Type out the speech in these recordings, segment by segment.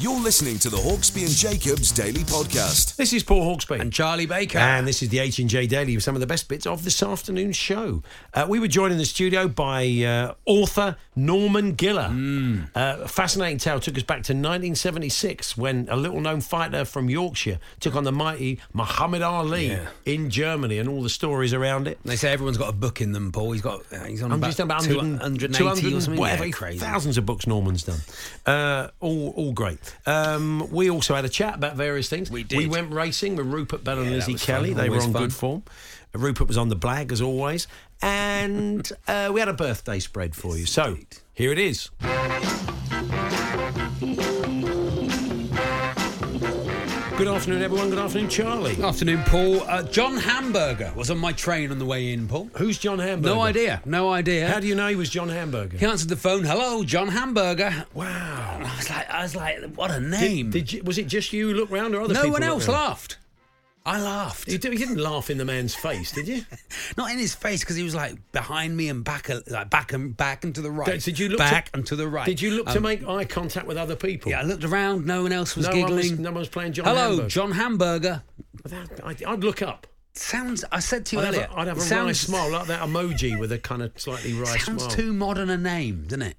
You're listening to the Hawksby and Jacobs Daily Podcast. This is Paul Hawksby and Charlie Baker. And this is the H and J Daily with some of the best bits of this afternoon's show. Uh, we were joined in the studio by uh, author Norman Giller. Mm. Uh, a fascinating tale took us back to 1976 when a little-known fighter from Yorkshire took on the mighty Muhammad Ali Yeah. in Germany, and all the stories around it. they say everyone's got a book in them, Paul. He's got uh, he's on I'm about just about 200, 100, 280 or something. whatever, yeah, crazy. thousands of books Norman's done. Uh, all, all great. Um, we also had a chat about various things. We did. We went racing with Rupert Bell and Yeah, that Lizzie was Kelly. fun. They were Always on fun. good form. Rupert was on the blag as always, and uh, we had a birthday spread for you. So here it is. Good afternoon, everyone. Good afternoon, Charlie. Good afternoon, Paul. Uh, John Hamburger was on my train on the way in, Paul. Who's John Hamburger? No idea. No idea. How do you know he was John Hamburger? he answered the phone. Hello, John Hamburger. Wow. I was like, I was like, what a Did- name. Did, you, was it just you look round or other no people? one looked else round? laughed. I laughed. You, did, you didn't laugh in the man's face, did you? Not in his face because he was like behind me and back, a- like back and back and to the right. Did you look back to, and to the right? Did you look to Um, make eye contact with other people? Yeah, I looked around. No one else was no giggling. One was, no one was playing John. Hello, Hamburger. John Hamburger. That- I'd, I'd look up. Sounds. I said to you I'd have, earlier. a, I'd have it a wry sounds, smile like that emoji with a kind of slightly wry Sounds smile. too modern a name, doesn't it?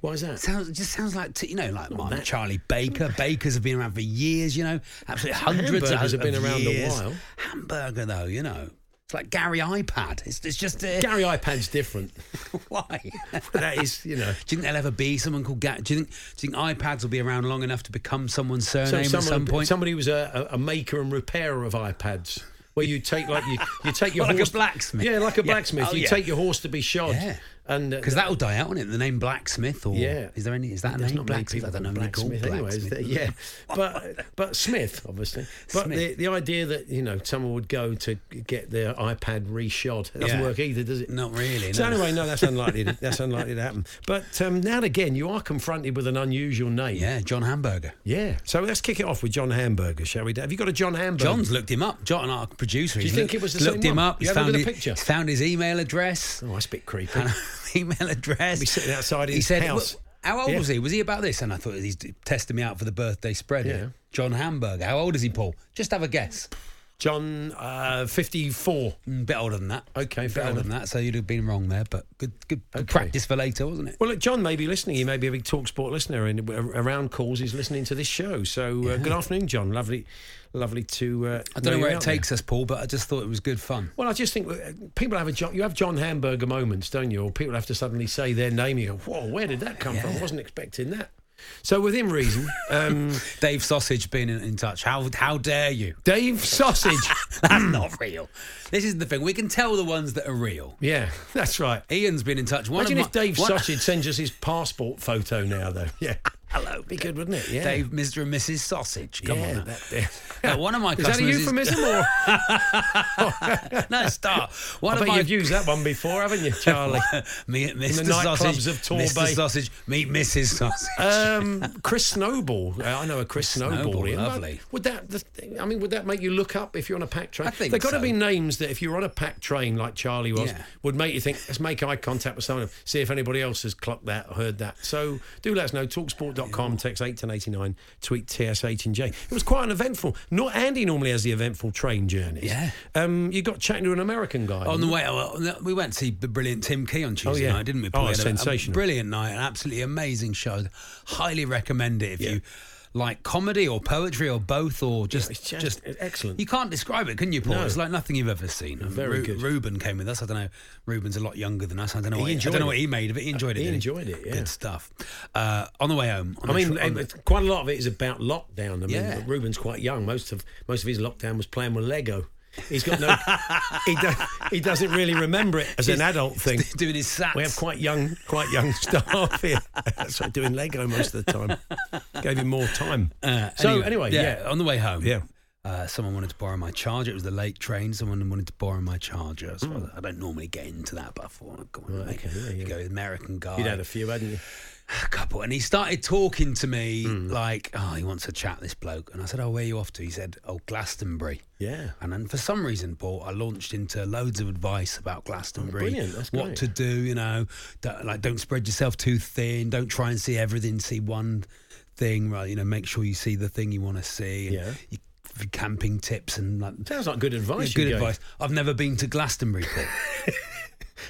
Why is that? Sounds it just sounds like t- you know, like Martin Charlie Baker. Bakers have been around for years, you know, absolutely hundreds. of, Hamburgers have been of around a years. while. Hamburger, though, you know, it's like Gary iPad. It's, it's just uh, Gary iPad's different. why? That is, you know. Do you think there'll ever be someone called Gary? Do you think do you think iPads will be around long enough to become someone's So surname at someone- some point? Somebody was a, a, a maker and repairer of iPads. Where you take like you, you take your Like a horse blacksmith. Yeah, like a Yeah. blacksmith. Oh, you yeah. take your horse to be shod. Yeah. And uh, Because that will die out, won't it? The name Blacksmith, or Yeah. is there any? Is that a There's name? not many Blacksmith. people I don't know. called many called blacksmith anyway, is there? Blacksmith. Yeah, but but Smith obviously. But Smith. The, the idea that you know someone would go to get their iPad reshod it doesn't Yeah. work either, does it? Not really, So no. anyway, no, that's unlikely. To, that's unlikely to happen. But um, now and again, you are confronted with an unusual name. Yeah, John Hamburger. Yeah. So let's kick it off with John Hamburger, shall we? Dave? Have you got a John Hamburger? John's looked him up. John, our producer, Do you he's think loo- it was the looked same him one? up. You he's found haven't got a his- picture? he's found his email address. Oh, that's a bit creepy. and email address. Be sitting outside his he said, house. "Well, How old Yeah. was he? Was he about this? And I thought he's testing me out for the birthday spread. here. Yeah. John Hamburger. How old is he, Paul? Just have a guess. John, uh, fifty-four. Mm, bit older than that. Okay, bit fair older enough. than that. So you'd have been wrong there, but good, good, good Okay. practice for later, wasn't it? Well, look, John may be listening. He may be a big Talksport listener, and a- around calls, he's listening to this show. So, uh, good afternoon, John. Lovely, lovely to. Uh, I don't know you where it out there. takes us, Paul, but I just thought it was good fun. Well, I just think uh, people have a John. You have John Hamburger moments, don't you? Or people have to suddenly say their name. You go, "Whoa, where did that come from? I wasn't expecting that." So, within reason, um, Dave Sausage being in, in touch. How how dare you? Dave Sausage. That's not real. This is the thing. We can tell the ones that are real. yeah, that's right. Ian's been in touch. One Imagine of if my- Dave one- Sausage sends us his passport photo now, though. Yeah, hello, be good, wouldn't it? Yeah, Dave, Mr. and Mrs. Sausage. Come Yeah, on. now. that- Now, one of my Is that a customers euphemism or? Is, no, stop. One of I bet my you've used that one before, haven't you, Charlie? me, Mr. the nightclubs Sausage, of Torbay. Mr. Sausage, meet Mrs. Sausage. um, Chris Snowball. Uh, I know a Chris Snowball. Snowball, Ian. lovely. Would that? The thing, I mean, would that make you look up if you're on a packed train? I think There got to so. be names that if you're on a packed train like Charlie was, Yeah. would make you think. Let's make eye contact with someone, see if anybody else has clocked that, or heard that. So do let us know. Talksport.com Palm text 81089, tweet TS8 and J. It was quite an eventful. Not Andy normally has the eventful train journeys. Yeah. Um, you got chatting to an American guy. On the way, well, no, we went to see the brilliant Tim Key on Tuesday yeah. night, didn't we? Oh, Paul? We had a- sensational. A brilliant night, an absolutely amazing show. Highly recommend it if you like comedy or poetry or both or just it's just- it's excellent. You can't describe it, can you, Paul? No. It's like nothing you've ever seen. Very good. Reuben came with us. I don't know. Reuben's a lot younger than us. I don't know. What he, I enjoyed don't know it. Uh, what he made of it. He enjoyed it. he didn't enjoyed it, yeah. Good stuff. Uh, on the way home. on I the mean, tr- on the- it- quite a lot of it is about lockdown. I mean, Yeah. Ruben's quite young. Most of most of his lockdown was playing with Lego. He's got no. he, do, he doesn't really remember it as an adult thing. doing his sats. We have quite young, quite young staff here. so doing Lego most of the time gave him more time. so anyway, yeah. Uh, on the way home, Yeah. uh, someone wanted to borrow my charger. It was the late train. Someone wanted to borrow my charger. Hmm. So I don't normally get into that, but I thought, oh, come on, mate. you go American guy, You'd had a few, hadn't you? Hmm. a couple, and he started talking to me like, oh, he wants to chat this bloke, and I said, oh, where are you off to? He said, oh, Glastonbury. Yeah. And then for some reason, Paul, I launched into loads of advice about Glastonbury. Oh, brilliant, that's what great. to do, you know, don't, like don't spread yourself too thin. Don't try and see everything. See one thing, right? You know, make sure you see the thing you want to see. and Yeah. you- for camping tips and like Sounds like good yeah, advice. you good gave. advice. I've never been to Glastonbury, Paul.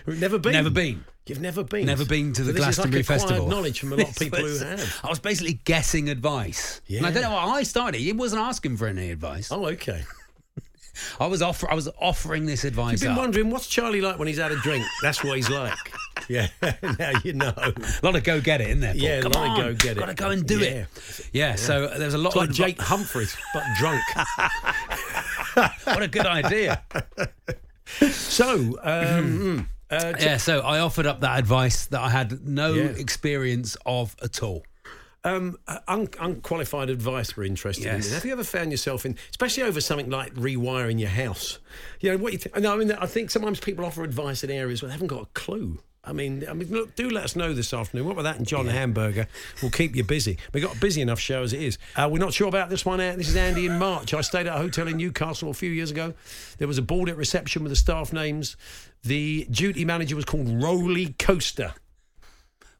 Never been. Never been. You've never been. Never been to So the this is like Glastonbury acquired Festival. Knowledge from a lot of This people who was- have. I was basically guessing advice. And I Yeah. don't know why I started. He wasn't asking for any advice. Oh, okay. I was offer, I was offering this advice. You've been up. wondering what's Charlie like when he's had a drink. That's what he's like. yeah, now you know. It's A lot of go get it in there. Paul. Yeah, a Come lot of on, go get it. Gotta go and do Yeah. it. Yeah, So there's a lot like of Jake Humphries, but drunk. What a good idea. so, um, uh, yeah. So I offered up that advice that I had no Yeah. experience of at all. um, un- unqualified advice we're interested Yes. in. Have you ever found yourself in, especially over something like rewiring your house? You know, what you th- no, I mean, I think sometimes people offer advice in areas where they haven't got a clue. I mean, I mean, look, do let us know this afternoon. What with that and John Hamburger? We'll keep you busy. We've got a busy enough show as it is. Uh, we're not sure about this one. uh, This is Andy in March. I stayed at a hotel in Newcastle a few years ago. There was a board at reception with the staff names. The duty manager was called Roly Coaster.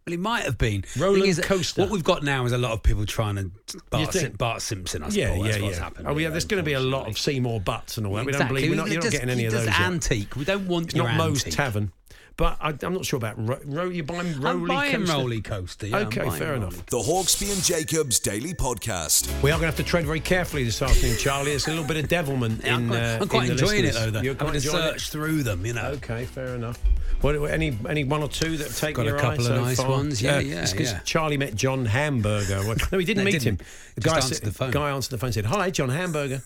Well, it might have been. Roller Thing is, coaster. What we've got now is a lot of people trying to You Bart, think- Sim- Bart Simpson. I suppose Yeah, that's yeah, what's yeah. happened. oh, yeah. There's going to be a lot of Seymour butts and all that. Exactly. We don't believe. We're not, They're you're just- not getting any of those. Just yet. antique. We don't want It's your not Moe's antique. Tavern, but I, I'm not sure about ro- ro- you're buying roly I'm buying coaster. roller coaster. yeah, I'm okay, buying fair roller enough. The Hawksby and Jacobs Daily Podcast. We are going to have to tread very carefully this afternoon, Charlie. It's a little bit of devilment Yeah, in. I'm quite, uh, I'm quite in the enjoying it listeners. though. though. You're quite Having to enjoying search through them, you know. it. Okay, fair enough. What, any any one or two that have taken Got a your eye couple of so nice far? Uh, ones, yeah, yeah, It's because yeah. Charlie met John Hamburger. Well, no, he didn't No, meet didn't. him. Just said- answered the phone. guy answered the phone. and Said hi, John Hamburger,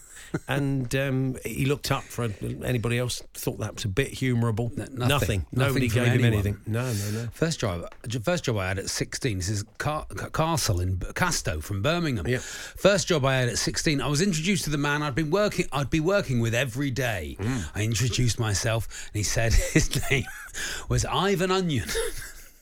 and um, he looked up for anybody else. Thought that was a bit humorable. nothing. Nothing Nobody from gave him anyone. anything. No, no, no. First job, first job I had at 16. This is Car- Ca- Castle in Casto from Birmingham. Yep. First job I had at 16. I was introduced to the man I'd been working. I'd be working with every day. Mm. I introduced myself, and he said his name was Ivan Onion.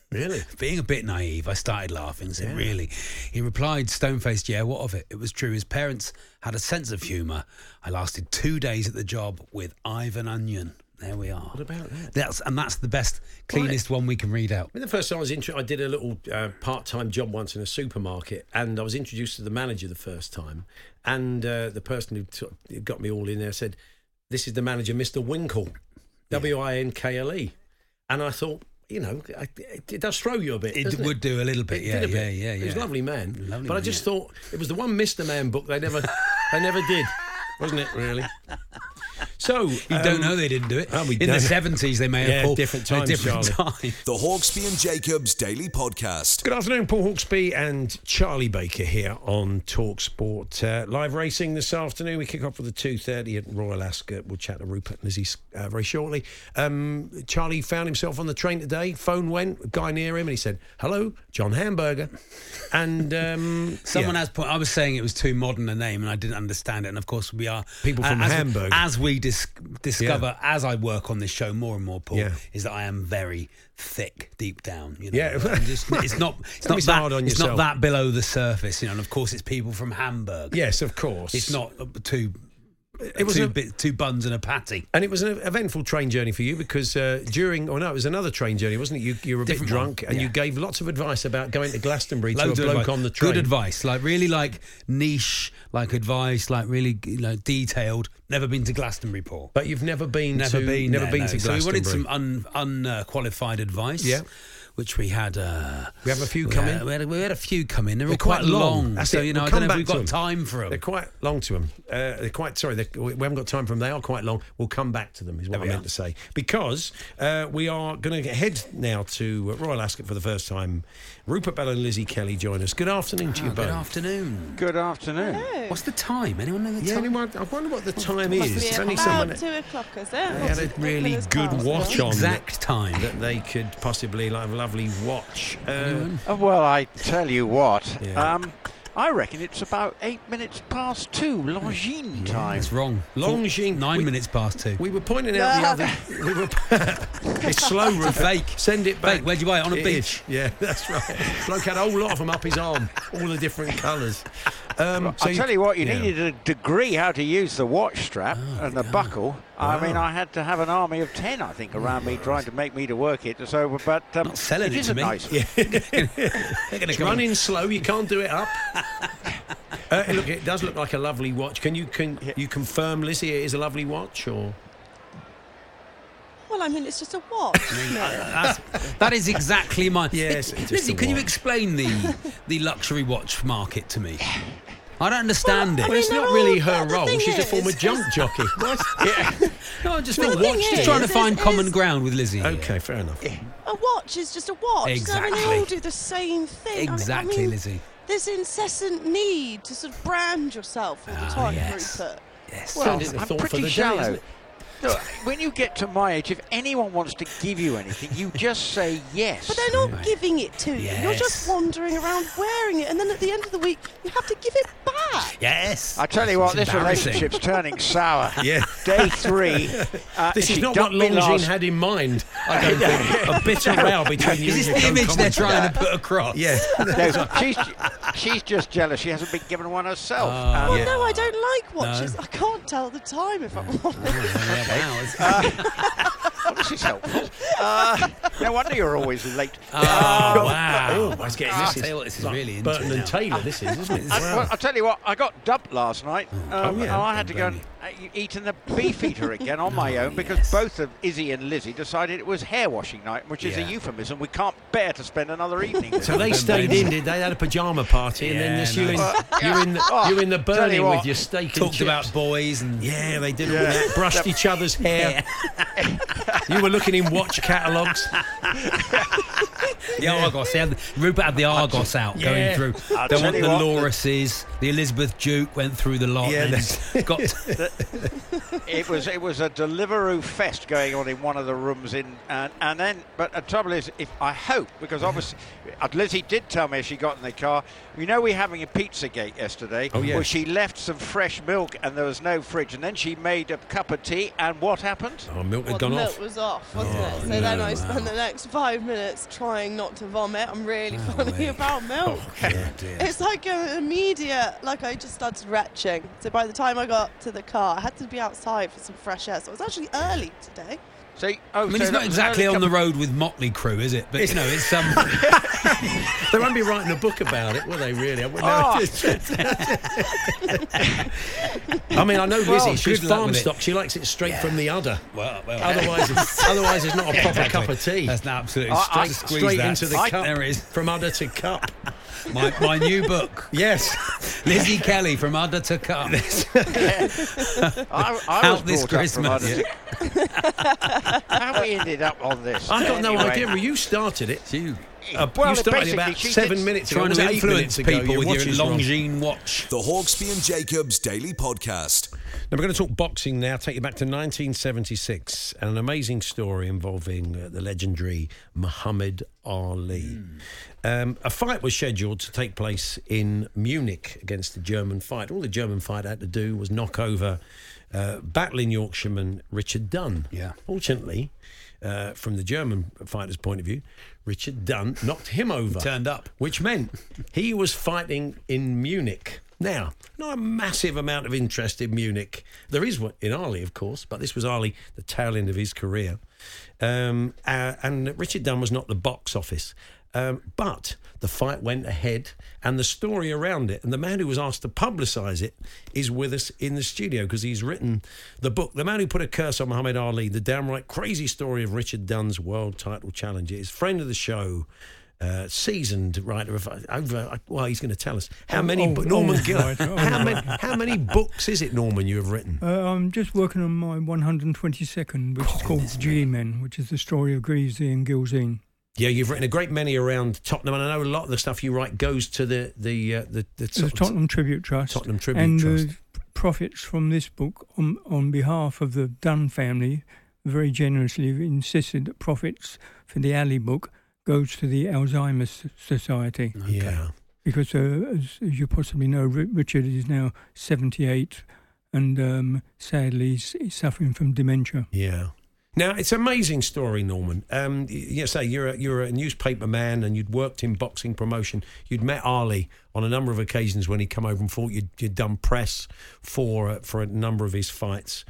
Really? Being a bit naive, I started laughing. Said, "Really?" He replied, stone-faced, "Yeah, what of it? It was true. His parents had a sense of humour. I lasted two days at the job with Ivan Onion. There we are. What about that? That's and that's the best, cleanest one we can read out. I mean, the first time I was intro, I did a little uh, part-time job once in a supermarket, and I was introduced to the manager the first time, and uh, the person who sort of got me all in there said, "This is the manager, Mr. Winkle, W I N K L E," and I thought, you know, I, it, it does throw you a bit. It doesn't would do a little bit. It yeah, did a yeah, bit. yeah, yeah. He was a lovely man, Lovely but I man, just yeah. thought it was the one Mr. Man book they never, they never did, wasn't it? Really. So You don't know they didn't do it. oh, we In the don't. seventies, they may have Yeah, pulled different a times, different Charlie. time. The Hawksby and Jacobs Daily Podcast. Good afternoon, Paul Hawksby and Charlie Baker here on Talk Sport. Uh, live racing this afternoon. We kick off with the 2.30 at Royal Ascot. We'll chat to Rupert and Lizzie uh, very shortly. Um, Charlie found himself on the train today. Phone went, a guy near him, and he said, hello, John Hamburger. And um, Someone yeah. has point. I was saying it was too modern a name, and I didn't understand it. And of course, we are People from as, Hamburg. As we dis- discover, as I work on this show more and more, Paul, Yeah. is that I am very thick deep down. You know? Yeah. I'm just, it's not. It's Don't not be so that. hard on it's not yourself. that below the surface, you know. And of course, it's people from Hamburg. Yes, of course. It's not uh, too It was two, a- bit, two buns and a patty. And it was an eventful train journey for you because uh, during, or no, it was another train journey, wasn't it? You, you were a Different bit one, drunk and you yeah. gave lots of advice about going to Glastonbury to a Loads of bloke advice. on the train. Good advice, like really like niche, like advice, like really you know detailed. Never been to Glastonbury, Paul. But you've never been Never to, been, never there, been no. to So Glastonbury. we wanted some unqualified un, uh, qualified advice. Yeah. Which we had. Uh, We have a few come had- in. We had, we had a few come in. They were They're quite, quite long. long. That's so it. you know, We'll I come don't know if back we've to got 'em. time for them. They're quite long to them. Uh, they're quite sorry. They're, we we haven't got time for them. They are quite long. We'll come back to them. Is what I meant to say because uh, we are going to head now to uh, Royal Ascot for the first time. Rupert Bell and Lizzie Kelly join us. Good afternoon to you Oh, both. good afternoon. Good afternoon. What's the time? Anyone know the Yeah, time? anyone, I wonder what the time Must is. be Is about only someone two o'clock, is it? they had a really good watch The on exact time. that they could possibly like, have a lovely watch. Uh, Uh, well, I tell you what, Yeah. um, I reckon it's about eight minutes past two, Longines time. That's wrong. Longines. Nine We- minutes past two. we were pointing out the other. We were, it's slow, Rupert. Fake. Send it back. Fake. Where'd you buy it? On a It beach. is. Yeah, that's right. Bloke had a whole lot of them up his arm, all the different colours. Um, so I'll tell you what, you yeah. Oh, needed a degree how to use the watch strap and the buckle. I mean, I had to have an army of ten, I think, around me trying to make me to work it. So, but um, Not selling it is to a me. nice They're gonna It's come in. running slow. You can't do it up. uh, look, it does look like a lovely watch. Can you can you confirm, Lizzie, it is a lovely watch? Or Well, I mean, it's just a watch. isn't uh, it? That's, that is exactly my. Yes, it's just Lizzie, a can you watch. explain the the luxury watch market to me? I don't understand I it. mean, it's they're not all- really her the role. thing She's a is- former jump jockey. What? no, I just Well, thought the thing watch. Just is, trying to is- find is- common ground with Lizzie. here. Okay, fair enough. a watch is just a watch. So, I mean, Exactly. they all do the same thing. I- Exactly, I mean, Lizzie. This incessant need to sort of brand yourself all the Ah, time, yes. Rupert. Yes. Well, Standard I'm thought for pretty the day, isn't shallow. it? No, when you get to my age, if anyone wants to give you anything, you just say yes. But they're not Right. giving it to you. You're Yes. just wandering around wearing it, and then at the end of the week, you have to give it back. Yes. I tell you what, It's this embarrassing. relationship's turning sour. Yeah. Day three. Uh, This is she not what dumped me Longines last- had in mind. I don't think a bitter row between you Is this and the your image they're co-commentator. trying to put across? Yeah. No, she's, she's just jealous. She hasn't been given one Oh, herself. Um, Well, no, I don't like watches. I can't tell the time if I'm honest. well, Uh, this is helpful. Uh, no wonder you're always late. Ah, Oh, wow. Oh, I was getting I this. tell you what, this is really Burton into and now. Taylor. This is, isn't it? Oh, Uh, well, I'll tell you what, I got dubbed last night. Um, yeah. and I had Don't to go and uh, eat in the Beefeater again on my own because both of Izzy and Lizzie decided it was hair washing night, which is Yeah. a euphemism. We can't bear to spend another evening. with So them. they stayed in, did they? They had a pyjama party, and then Yeah, this you in, nice. Oh, you're in the, you're in the Tell you Burning with what, your steak and Talked chips. about boys and Yeah, they did all that. Brushed each other's hair. you were looking in watch catalogues. the Argos. They had, Rupert had the Argos out Yeah. going through. I'll they tell want you the what. Laurises. The Elizabeth Duke went through the lot. Yeah, and got It was it was a Deliveroo fest going on in one of the rooms in and, and then but the trouble is if I hope because obviously uh, Lizzie did tell me as she got in the car you know we're having a pizza gate yesterday Oh, yes. well she left some fresh milk and there was no fridge and then she made a cup of tea and what happened Oh, milk Well, had the gone milk off. Oh, was off, wasn't it? So then I spent the next five minutes trying not to vomit. I'm really funny mate. about Oh, milk. It's like an immediate, like I just started retching. So by the time I got to the car, I had to be outside for some fresh air. So it was actually early today. so oh I mean, it's not exactly on the road with Motley Crew, is it? But you know, it's um, They won't be writing a book about it, will they? Really? I, wouldn't- Oh. I mean, I know Lizzie. Well, she's good luck farm with it. stock. She likes it straight from the udder. well, well, Otherwise, it's, otherwise it's not a proper cup of tea. That's not absolutely I- straight, I- squeeze straight that. into the I- cup. There it is From udder to cup. my, my new book, Yes. Lizzie Kelly from Udder to Cup. I, I was out this brought up from Christmas. Ireland. how we ended up on this I've got no Anyway. idea. Well, you started it. you Uh, Well, you started basically, about she seven did- minutes ago. trying was to it eight influence minutes ago? people with watch your is wrong. Longines watch. The Hawksby and Jacobs Daily Podcast. Now, we're going to talk boxing now, take you back to 1976 and an amazing story involving uh, the legendary Muhammad Ali. Um, a fight was scheduled to take place in Munich against the German fight. All the German fight had to do was knock over uh, battling Yorkshireman Richard Dunn. Yeah. Fortunately, uh, from the German fighter's point of view, Richard Dunn knocked him over. Turned up. Which meant he was fighting in Munich. Now, not a massive amount of interest in Munich. There is one in Arley, of course, but this was Arley, the tail end of his career. Um, uh, and Richard Dunn was not the box office. Um, but the fight went ahead and the story around it. And the man who was asked to publicise it is with us in the studio because he's written the book, The Man Who Put a Curse on Muhammad Ali, the downright crazy story of Richard Dunn's world title challenge. It is friend of the show. Uh, seasoned writer of uh, over well he's going to tell us how many oh, bo- Norman oh, Gill right, oh, how, right. many, how many books is it Norman you have written Uh, I'm just working on my 122nd, which is called G-Men, which is the story of Greasy and Gilzine. yeah you've written a great many around Tottenham and I know a lot of the stuff you write goes to the the uh, the, the, It's the sort of- Tottenham Tribute Trust. Tottenham Tribute and Trust. the profits from this book, on, on behalf of the Dunn family, very generously insisted that profits for the Alley book goes to the Alzheimer's Society. yeah because uh, as, as you possibly know, Ri- Richard is now 78 and um, sadly he's, he's suffering from dementia. Yeah. Now it's an amazing story, Norman. Um, y- you say you're a, you're a newspaper man, and you'd worked in boxing promotion. You'd met Ali on a number of occasions when he come over and fought. You'd, you'd done press for uh, for a number of his fights.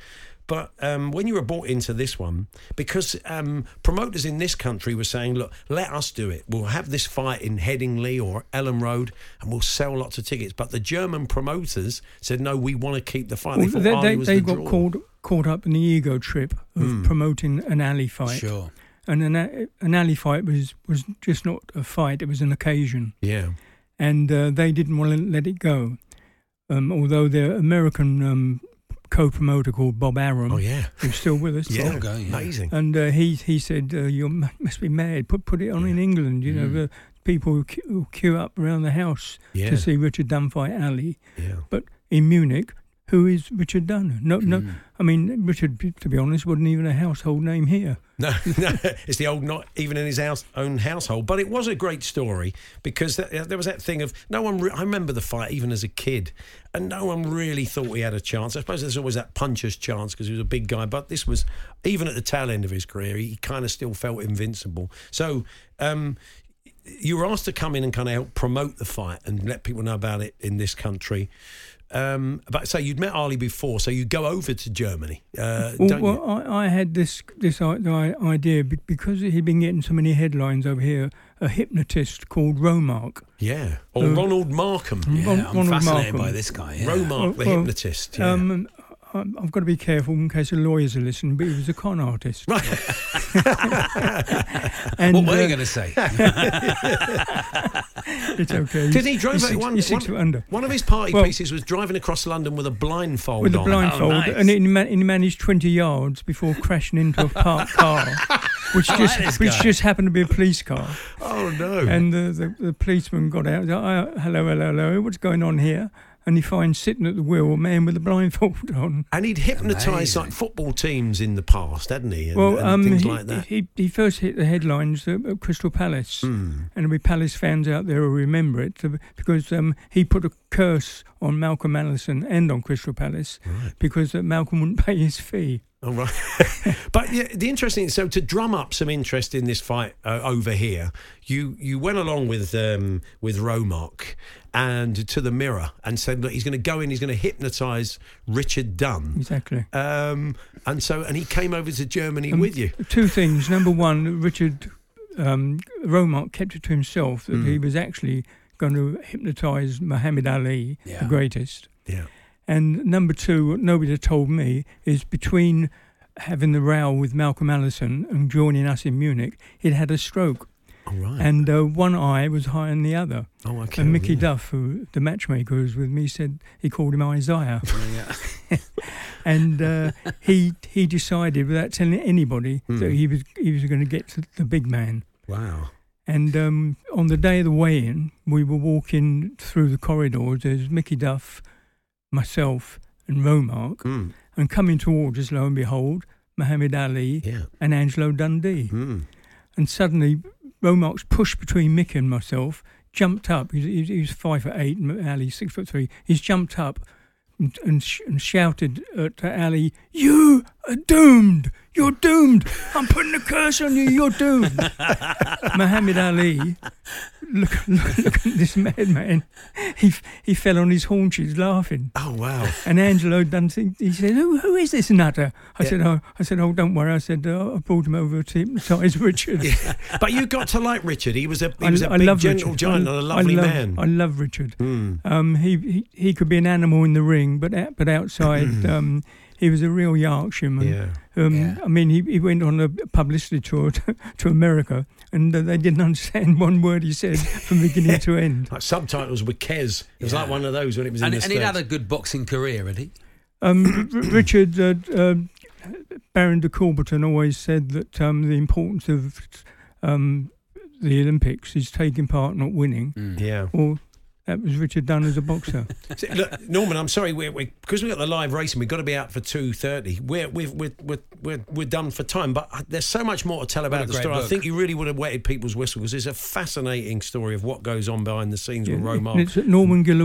But um, when you were brought into this one, because um, promoters in this country were saying, "Look, let us do it. We'll have this fight in Headingley or Ellen Road, and we'll sell lots of tickets." But the German promoters said, "No, we want to keep the fight." They Well, thought they Ali they, was they the got draw. Hmm. called, caught up in the ego trip of promoting an alley fight. Sure. And an, a- an alley fight was, was just not a fight, it was an occasion. Yeah. and uh, they didn't want to let it go. Um, although their American um, co-promoter called Bob Arum, Oh yeah. who's still with us, Yeah. go, yeah. Amazing. and uh, he he said uh, you mu- must be mad. Put put it on in England. You know the people who que- who queue up around the house Hmm. Yeah. to see Richard Dunn fight Ali, Yeah. but in Munich. Who is Richard Dunn? No, no. Hmm. I mean, Richard, to be honest, wasn't even a household name here. No, no, it's the old not even in his house, own household. But it was a great story because th- uh, there was that thing of no one. Re- I remember the fight even as a kid, and no one really thought he had a chance. I suppose there's always that puncher's chance because he was a big guy. But this was even at the tail end of his career, he kind of still felt invincible. So. Um, you were asked to come in and kind of help promote the fight and let people know about it in this country. Um, but so you'd met Ali before, so you go over to Germany, uh, Well, don't well I, I had this this i- i- idea be- because he'd been getting so many headlines over here. A hypnotist called Romark. you? Yeah, or Ronald Markham. Yeah, Ron- I'm Ronald fascinated Markham. by this guy. Yeah. Romark, the Well, hypnotist. Yeah. Um, I- I've got to be careful in case the lawyers are listening, but he was a con artist. Right. And, What were you uh, going to say? It's okay. Did he drive he's it? six- One, he's six one- under. one of his party Well- pieces was driving across London with a blindfold With a on. blindfold, Oh, Oh, nice. and he, ma- he managed 20 yards before crashing into a parked car, which just this which guy. just happened to be a police car. Oh no! And the, the, the policeman got out. "Oh, hello, hello, hello. What's going on here? And he finds sitting at the wheel a man with a blindfold on. And he'd hypnotised Amazing. like football teams in the past, hadn't he? And, Well, and um, things he, like that. he he first hit the headlines at, at Crystal Palace, Hmm. and there'll be Palace fans out there who remember it uh, because um, he put a curse on Malcolm Allison and on Crystal Palace because uh, Malcolm wouldn't pay his fee. All right. but yeah, the interesting so to drum up some interest in this fight uh, over here, you you went along with um, with Romark and to the Mirror and said, look, he's going to go in, he's going to hypnotise Richard Dunn. Exactly. Um, and so, and he came over to Germany with you. Um, Two things. Number one, Richard um, Romark kept it to himself that Mm. he was actually going to hypnotise Muhammad Ali, Yeah. the greatest. Yeah. And number two, what nobody had told me is between having the row with Malcolm Allison and joining us in Munich, he'd had a stroke, All right. and uh, one eye was higher than the other. oh, okay. And Mickey yeah. Duff, who the matchmaker who was with me, said he called him Isaiah, and uh, he he decided without telling anybody that he was he was going to get to the big man. Hmm. Wow. And um, on the day of the weigh-in, we were walking through the corridors. There's Mickey Duff, myself, and Romark. Mm. And coming towards us, lo and behold, Muhammad Ali Yeah. and Angelo Dundee. Mm. And suddenly, Romark's pushed between Mickey and myself, jumped up. He's, he's, he's five foot eight, and Ali six foot three. He's jumped up and, and, sh- and shouted at Ali, "You are doomed! You're doomed. I'm putting a curse on you. You're doomed. Muhammad Ali, look, look, look at this madman. He, he fell on his haunches laughing. Oh wow. And Angelo done think he said, "Who who is this nutter?" I said, "Oh, I said, oh, don't worry." I said, oh, "I pulled him over to hypnotise Richard." but you got to like Richard. He was a he I, was a I big love gentle Richard. giant and I, a I lovely love, man. Hmm. I love Richard. Um, he, he he could be an animal in the ring, but out, but outside, um, he was a real Yorkshireman. Yeah. Um, I mean, he, he went on a publicity tour to, to America, and uh, they didn't understand one word he said from beginning to end. like subtitles were Kez. It was like one of those when it was in And, the and he'd had States. a good boxing career, had he? Um, R- R- Richard uh, uh, Baron de Corbetton always said that um, the importance of um, the Olympics is taking part, not winning. Mm. yeah. Or that was Richard Dunn as a boxer. See, Look, Norman, I'm sorry. We're, we because we got the live racing. We've got to be out for two thirty. We're we've, we're, we're we're we're done for time. But I- there's so much more to tell about a the great story. I book. think you really would have wetted people's whistle because it's a fascinating story of what goes on behind the scenes with and Romar. it's at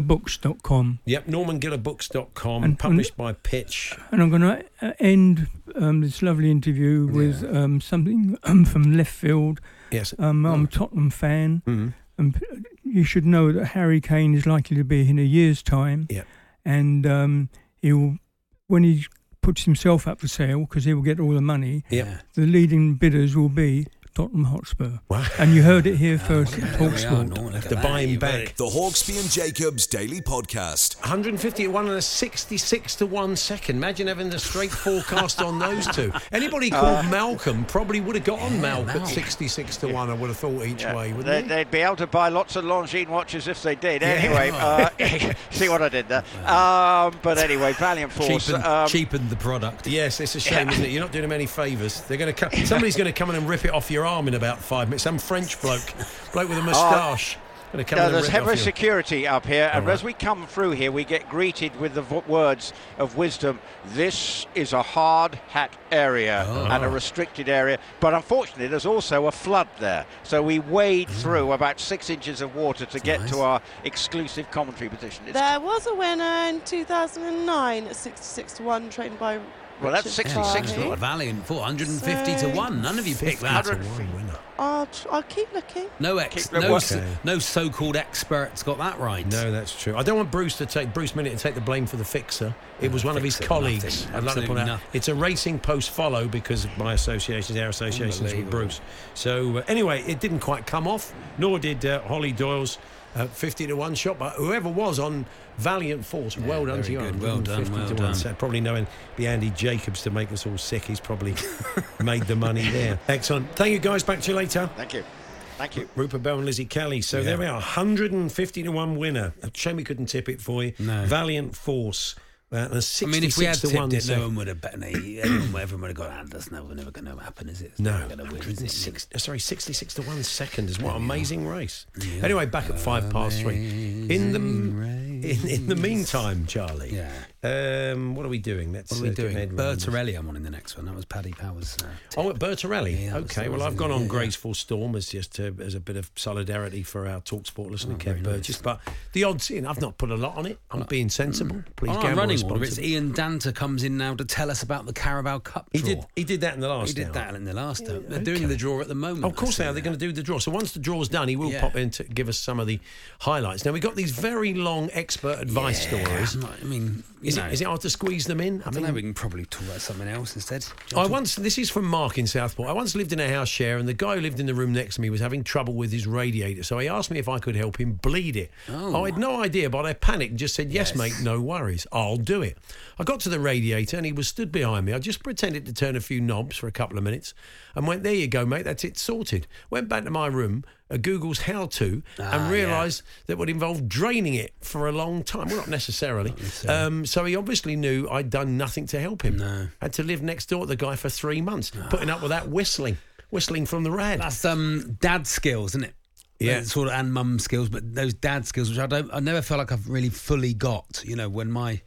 normangillerbooks.com. Yep, normangillerbooks.com, And- published by Pitch. And I'm going to uh, end um, this lovely interview with um, something from left field. Yes. Mm. Mm-hmm. Um, I'm a Tottenham fan, and p- you should know that Harry Kane is likely to be here in a year's time. Yeah. and um, he'll when he puts himself up for sale because he will get all the money. Yep. The leading bidders will be Tottenham Hotspur. Wow. Oh, And you heard it here first at There we are, Talksport. Norman, look at The that. buy him You've got back. it. The Hawksby and Jacobs Daily Podcast. 150 to 1 and a 66 to 1 second. Imagine having the straight forecast on those two. Anybody Uh, called Malcolm probably would have got on Malcolm at Mal. 66 to 1, I would have thought each Yeah, way, wouldn't they, they? they'd be able to buy lots of Longines watches if they did. Anyway, uh, see what I did there. Um, but anyway, Valiant Force. Cheapened, um, cheapened the product. Yes, it's a shame, isn't it? You're not doing them any favours. They're going to come. Somebody's going to come in and rip it off your arm in about five minutes. Some French bloke, bloke with a moustache, going to come No, in and Ah. there's rip it off heavy your- security up here, and right. as we come through here, we get greeted with the v- words of wisdom. This is a hard hat area Oh. and a restricted area, but unfortunately, there's also a flood there. So we wade Mm. through about six inches of water to get to our exclusive commentary position. It's, There was a winner in 2009 at 66 to 1, trained by. Well, that's Richard 66 to Varney. one. Valiant, 450 to Say- 1. None of you picked that. 100 I'll, tr- I'll keep looking. No ex, Keep- no, Okay. so- no so-called experts got that right. No, that's true. I don't want Bruce to take Bruce Minute to take the blame for the fixer. It was one of his fixer, colleagues. nothing. I'd like to Absolutely point out nothing. it's a racing post follow because of my associations, our associations with Unbelievable. Bruce. So uh, anyway, it didn't quite come off, nor did uh, Holly Doyle's uh, fifty to one shot. But whoever was on Valiant Force, well done very to you. good. Well done, 150 well to done. So probably knowing be Andy Jacobs to make us all sick. He's probably made the money there. Excellent. Thank you guys. Back to you later. Thank you. Thank you. Rupert Bell and Lizzie Kelly. So there we are, 150 to 1 winner. Shame we couldn't tip it for you. No. Valiant Force. Uh, and a I mean, if we had 66 to 1 tipped it, no second. one would have bet. no, Everyone, everyone would have gone, ah, that's never, never going to happen, is it? It's No, never gonna win, is it?" 106, uh, sorry, 66 to 1 second is what an amazing race. Anyway, back at 5 past 3. In the m- in, in the meantime, Charlie, um, what are we doing? Let's What are we uh, get doing? Ned round. Bertarelli, I'm on in the next one. That was Paddy Power's. Uh, tip. Oh, at Bertarelli. Yeah, that was- okay. that Well, was I've in gone there, on yeah. Graceful Storm as just uh as a bit of solidarity for our Talksport Oh, listener, Kev Burgess. But the odds in, I've not put a lot on it. I'm being sensible. Please on our gamble Mm. Oh, running order, it's responsibly. Ian Danter comes in now to tell us about the Carabao Cup He draw. did. He did that in the last. He did hour. that in the last time. They're doing the draw at the moment. Oh, Of course I they are. They're going to do the draw. So once the draw's done, he will Yeah. pop in to give us some of the highlights. Now we've got these very long expert advice stories. I'm not- I mean, you Is know, it, is it hard to squeeze them in? I don't know. We can probably talk about something else instead. I once, this is from Mark in Southport. I once lived in a house share, and the guy who lived in the room next to me was having trouble with his radiator. So he asked me if I could help him bleed it. Oh. I had no idea, but I panicked and just said, yes, mate, no worries. I'll do it. I got to the radiator, and he was stood behind me. I just pretended to turn a few knobs for a couple of minutes and went, there you go, mate, that's it sorted. Went back to my room. uh, Google's how to Ah, and realised that would involve draining it for a long time. Well, not necessarily. Um, so he obviously knew I'd done nothing to help him. No. Had to live next door to the guy for three months, putting up with that whistling, whistling from the rad. That's um, dad skills, isn't it? Yeah. Uh, sort of, and mum skills, but those dad skills, which I don't, I never felt like I've really fully got. You know, when my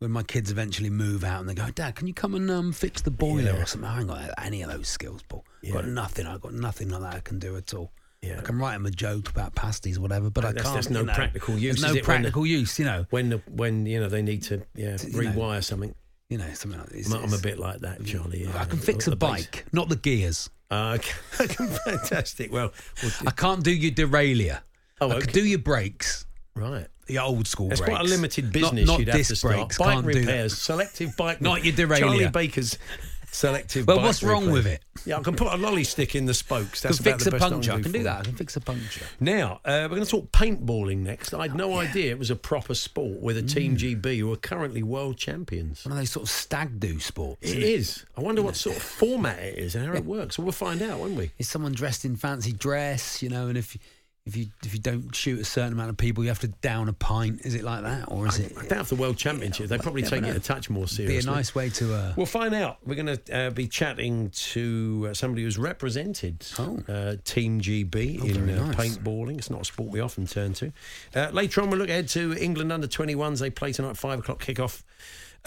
when my kids eventually move out and they go, Dad, can you come and um, fix the boiler or something? I ain't got any of those skills, Paul. I've Got nothing. I've got nothing like that I can do at all. Yeah. I can write him a joke about pasties or whatever, but I that's- can't. that's no you know. practical use, There's is no it, when- practical use, you know. when the, when you know they need to yeah you know. rewire something. You know, something like this. I'm, I'm a bit like that, Johnny. yeah. I can fix a The base- bike, not the gears. Uh, okay. fantastic. Well, we'll do- I can't do your derailleur. Oh, I can okay. do your brakes, right. the old school It's brakes. quite a limited Not- business Not, you'd have disc to start. brakes. Bike can't repairs, do that. selective bike. Not your derailleur. Charlie Baker's selective. Well, bike what's wrong repair. with it? Yeah, I can put a lolly stick in the spokes. I That's can about fix the a best can puncture. I can do for that. I them. can fix a puncture. Now, uh, we're going to talk paintballing next. I had no Oh, idea it was a proper sport with a Team GB who are currently world champions. Mm. One of those sort of stag do sports. It isn't is. I wonder what sort of format it is and how it works. Well, we'll find out, won't we? Is someone dressed in fancy dress? You know, and if you, if you if you don't shoot a certain amount of people, you have to down a pint. Is it like that, or is it? I doubt if the World Championship, they probably never take it know. a touch more Be a seriously. nice way to. Uh, We'll find out. We're going to uh, be chatting to uh, somebody who's represented Oh. uh, Team GB Oh, in very uh, nice. paintballing. It's not a sport we often turn to. Uh, later on, we'll look ahead to England under 21s. They play tonight, 5 o'clock kickoff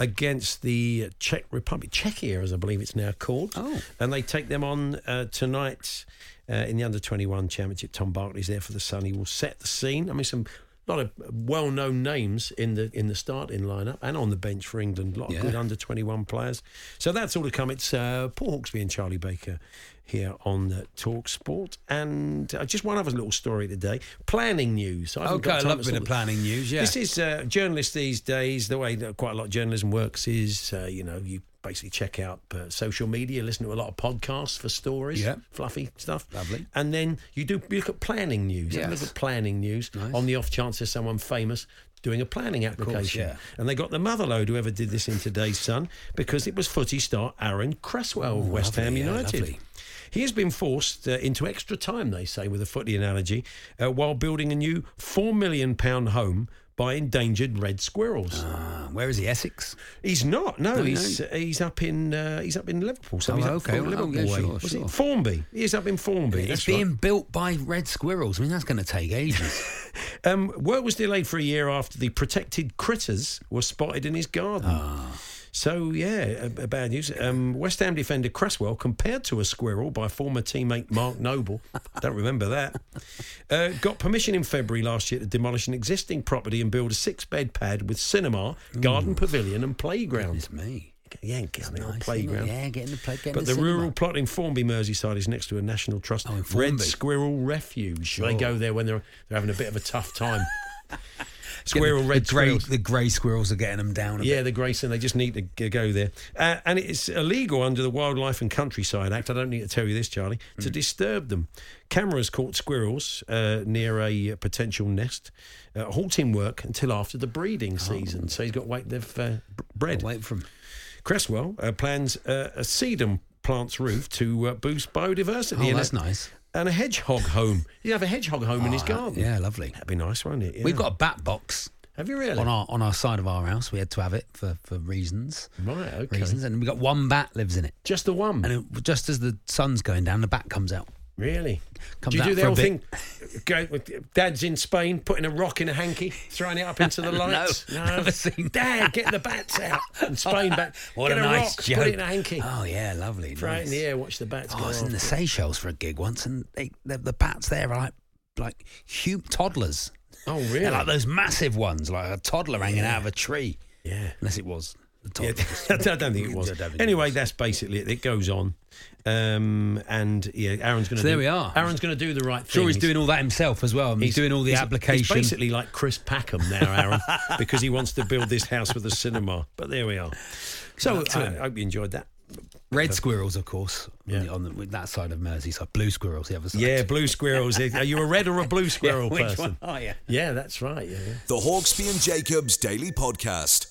against the Czech Republic, Czechia, as I believe it's now called. Oh. And they take them on uh, tonight uh, in the under 21 championship. Tom Barkley's there for the Sun. He will set the scene. I mean, some. lot of well-known names in the in the starting lineup and on the bench for England. A lot of Yeah. good under 21 players. So that's all to come. It's uh, Paul Hawksby and Charlie Baker here on uh, Talk Sport. And uh, just one other little story today planning news. I haven't okay, got I time love to a bit sort of planning news. Yeah, This is uh, journalists these days, the way that quite a lot of journalism works is, uh, you know, you basically check out uh, social media, listen to a lot of podcasts for stories, Yeah. fluffy stuff. Lovely. And then you do you look at planning news. Have a Yes. Look at planning news Nice. on the off chance there's someone famous doing a planning application. yeah. And they got the motherlode whoever did this in today's Sun because it was footy star Aaron Cresswell of West lovely, Ham yeah, United. lovely. He has been forced uh, into extra time, they say, with a footy analogy, uh, while building a new £4 million home by endangered red squirrels. Uh, where is he? Essex. He's not. No, No, he's he's up in uh, he's up in Liverpool. So Oh, he's up okay. Thorn- Oh, Liverpool yeah, way. sure, Was sure. it Formby? He is up in Formby. It's that's being right. built by red squirrels. I mean, that's going to take ages. Um, work was delayed for a year after the protected critters were spotted in his garden. Ah. So yeah, a, a bad news. Um, West Ham defender Cresswell compared to a squirrel by former teammate Mark Noble. Don't remember that. Uh, got permission in February last year to demolish an existing property and build a six-bed pad with cinema, garden pavilion, and playground. it's me. Yeah, get on the old Nice, playground. Yeah, getting the play. Getting But the, the rural cinema. plot in Formby, Merseyside, is next to a national trust Oh, in Red Formby. Squirrel Refuge. They Sure. go there when they're they're having a bit of a tough time. squirrel, the, red the grey, squirrels. the grey squirrels are getting them down. A Yeah, bit. the Grayson. They just need to g- go there, uh, and it's illegal under the Wildlife and Countryside Act. I don't need to tell you this, Charlie, Mm. to disturb them. Cameras caught squirrels uh, near a uh, potential nest, uh, halting work until after the Oh. breeding season. So he's got to wait. They've uh, b- bred. Wait for them. Cresswell uh, plans uh, a sedum plant's roof to uh, boost biodiversity. Oh, and that's a, nice. And a hedgehog home. He'd have a hedgehog home in his Oh, garden. Yeah, lovely. That'd be nice, wouldn't it? Yeah. We've got a bat box Have you really? on our on our side of our house. We had to have it for for reasons. right. Okay. Reasons, and we got one bat lives in it. Just the one. And it, just as the sun's going down, the bat comes out. Really? Comes do you out do the for a whole thing? bit. Go with Dad's in Spain, putting a rock in a hanky, throwing it up into the lights. No, never seen Dad, get the bats out. And Spain back. What get a, nice rock, joke! Put it in a hanky. Oh yeah, lovely. Throw it in nice. the air. Watch the bats Oh, go I was in off. the Seychelles for a gig once, and they, the, the bats there are like like hu toddlers. Oh, They're really? like those massive ones, like a toddler hanging out of a tree. Yeah. Unless it was the Yeah, toddler. I don't think it was. I don't think it Anyway, was. that's basically it. It goes on, um, and yeah, Aaron's going to. So there we are. Aaron's going to do the right thing. Sure, he's doing all that himself as well. and He's, doing all the he's- applications. He's basically like Chris Packham now, Aaron, because he wants to build this house with a cinema. But there we are. So I, I hope you enjoyed that. Red squirrels, of course, Yeah. on, the, on the, with that side of Merseyside. Blue squirrels, the other side. Yeah, blue squirrels. Are you a red or a blue Yeah, squirrel which person? one are you? Yeah, that's right. Yeah, yeah. The Hawksby and Jacobs Daily Podcast.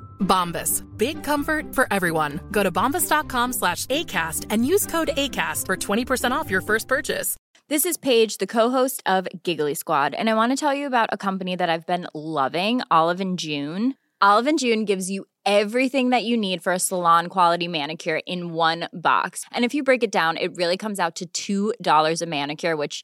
Bombas. Big comfort for everyone. Go to bombas.com slash ACAST and use code ACAST for 20% off your first purchase. This is Paige, the co-host of Giggly Squad, and I want to tell you about a company that I've been loving, Olive and June. Olive and June gives you everything that you need for a salon quality manicure in one box. And if you break it down, it really comes out to $2 a manicure, which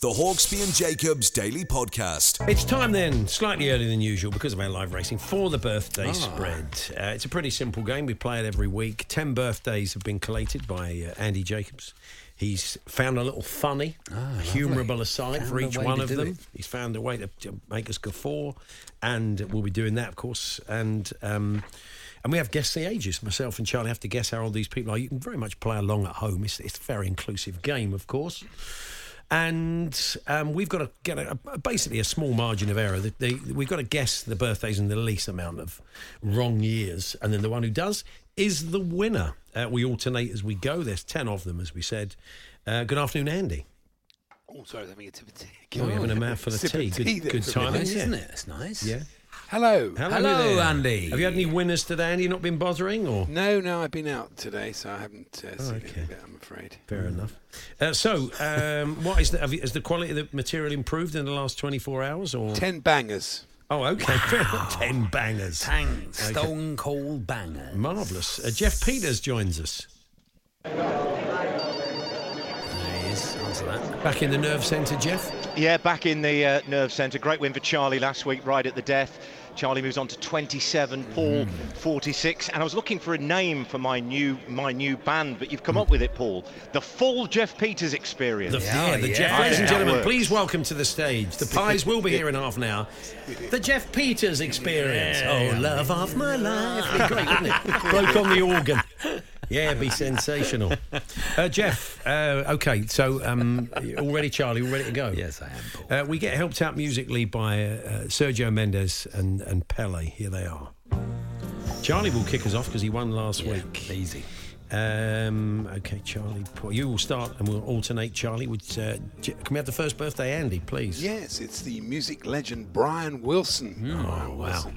The Hawksby and Jacobs Daily Podcast. It's time then, slightly earlier than usual because of our live racing, for the Ah. birthday spread. Uh, it's a pretty simple game. We play it every week. Ten birthdays have been collated by uh, Andy Jacobs. He's found a little funny, Ah, humorable aside Found for a each way one to of do them. it. He's found a way to, to make us guffaw, and we'll be doing that, of course. And um, and we have guessed the ages. Myself and Charlie have to guess how old these people are. You can very much play along at home. It's, it's a very inclusive game, of course and um, we've got to get a, a- basically a small margin of error. The, the, we've got to guess the birthdays in the least amount of wrong years, and then the one who does is the winner. Uh, we alternate as we go. There's ten of them, as we said. Uh, good afternoon, Andy. Oh, sorry, I was having a tip of tea. Oh, you're having a mouthful of Sip tea. of tea Good, there good for a timing, minute. yeah. isn't it? It's nice. Yeah. Hello. Hello, there. Andy. Have you had any winners today, Andy? Not been bothering, or No, no, I've been out today, so I haven't uh, seen Oh, okay. it yet, I'm afraid. fair enough. Uh, so, um, what is the, have you, has the quality of the material improved in the last 24 hours, or Ten bangers. Oh, okay, ten bangers. Tang, stone cold banger. Marvellous. Uh, Jeff Peters joins us. There he is. Answer that. Back in the nerve centre, Jeff. Yeah, back in the uh, nerve centre. Great win for Charlie last week, right at the death. Charlie moves on to 27, Mm. Paul 46, and I was looking for a name for my new my new band, but you've come up with it, Paul. The full Jeff Peters experience. The, Yeah, yeah, the yeah. Jeff. I Ladies and think that gentlemen, works. please welcome to the stage. The pies will be here in half an hour. The Jeff Peters experience. oh, love of my life. It'd be Great, wouldn't it? Broke on the organ. Yeah, it'd be sensational. Uh, Jeff, uh, okay, so um, already, Charlie, all ready to go? Yes, I am. Paul. Uh, we get helped out musically by uh, uh, Sergio Mendes and, and Pele. Here they are. Charlie will kick us off because he won last week. Easy. Um, okay, Charlie. Paul, You will start and we'll alternate, Charlie. Would, uh, J- can we have the first birthday, Andy, please? Yes, it's the music legend Brian Wilson. Brian Hmm. Oh, wow.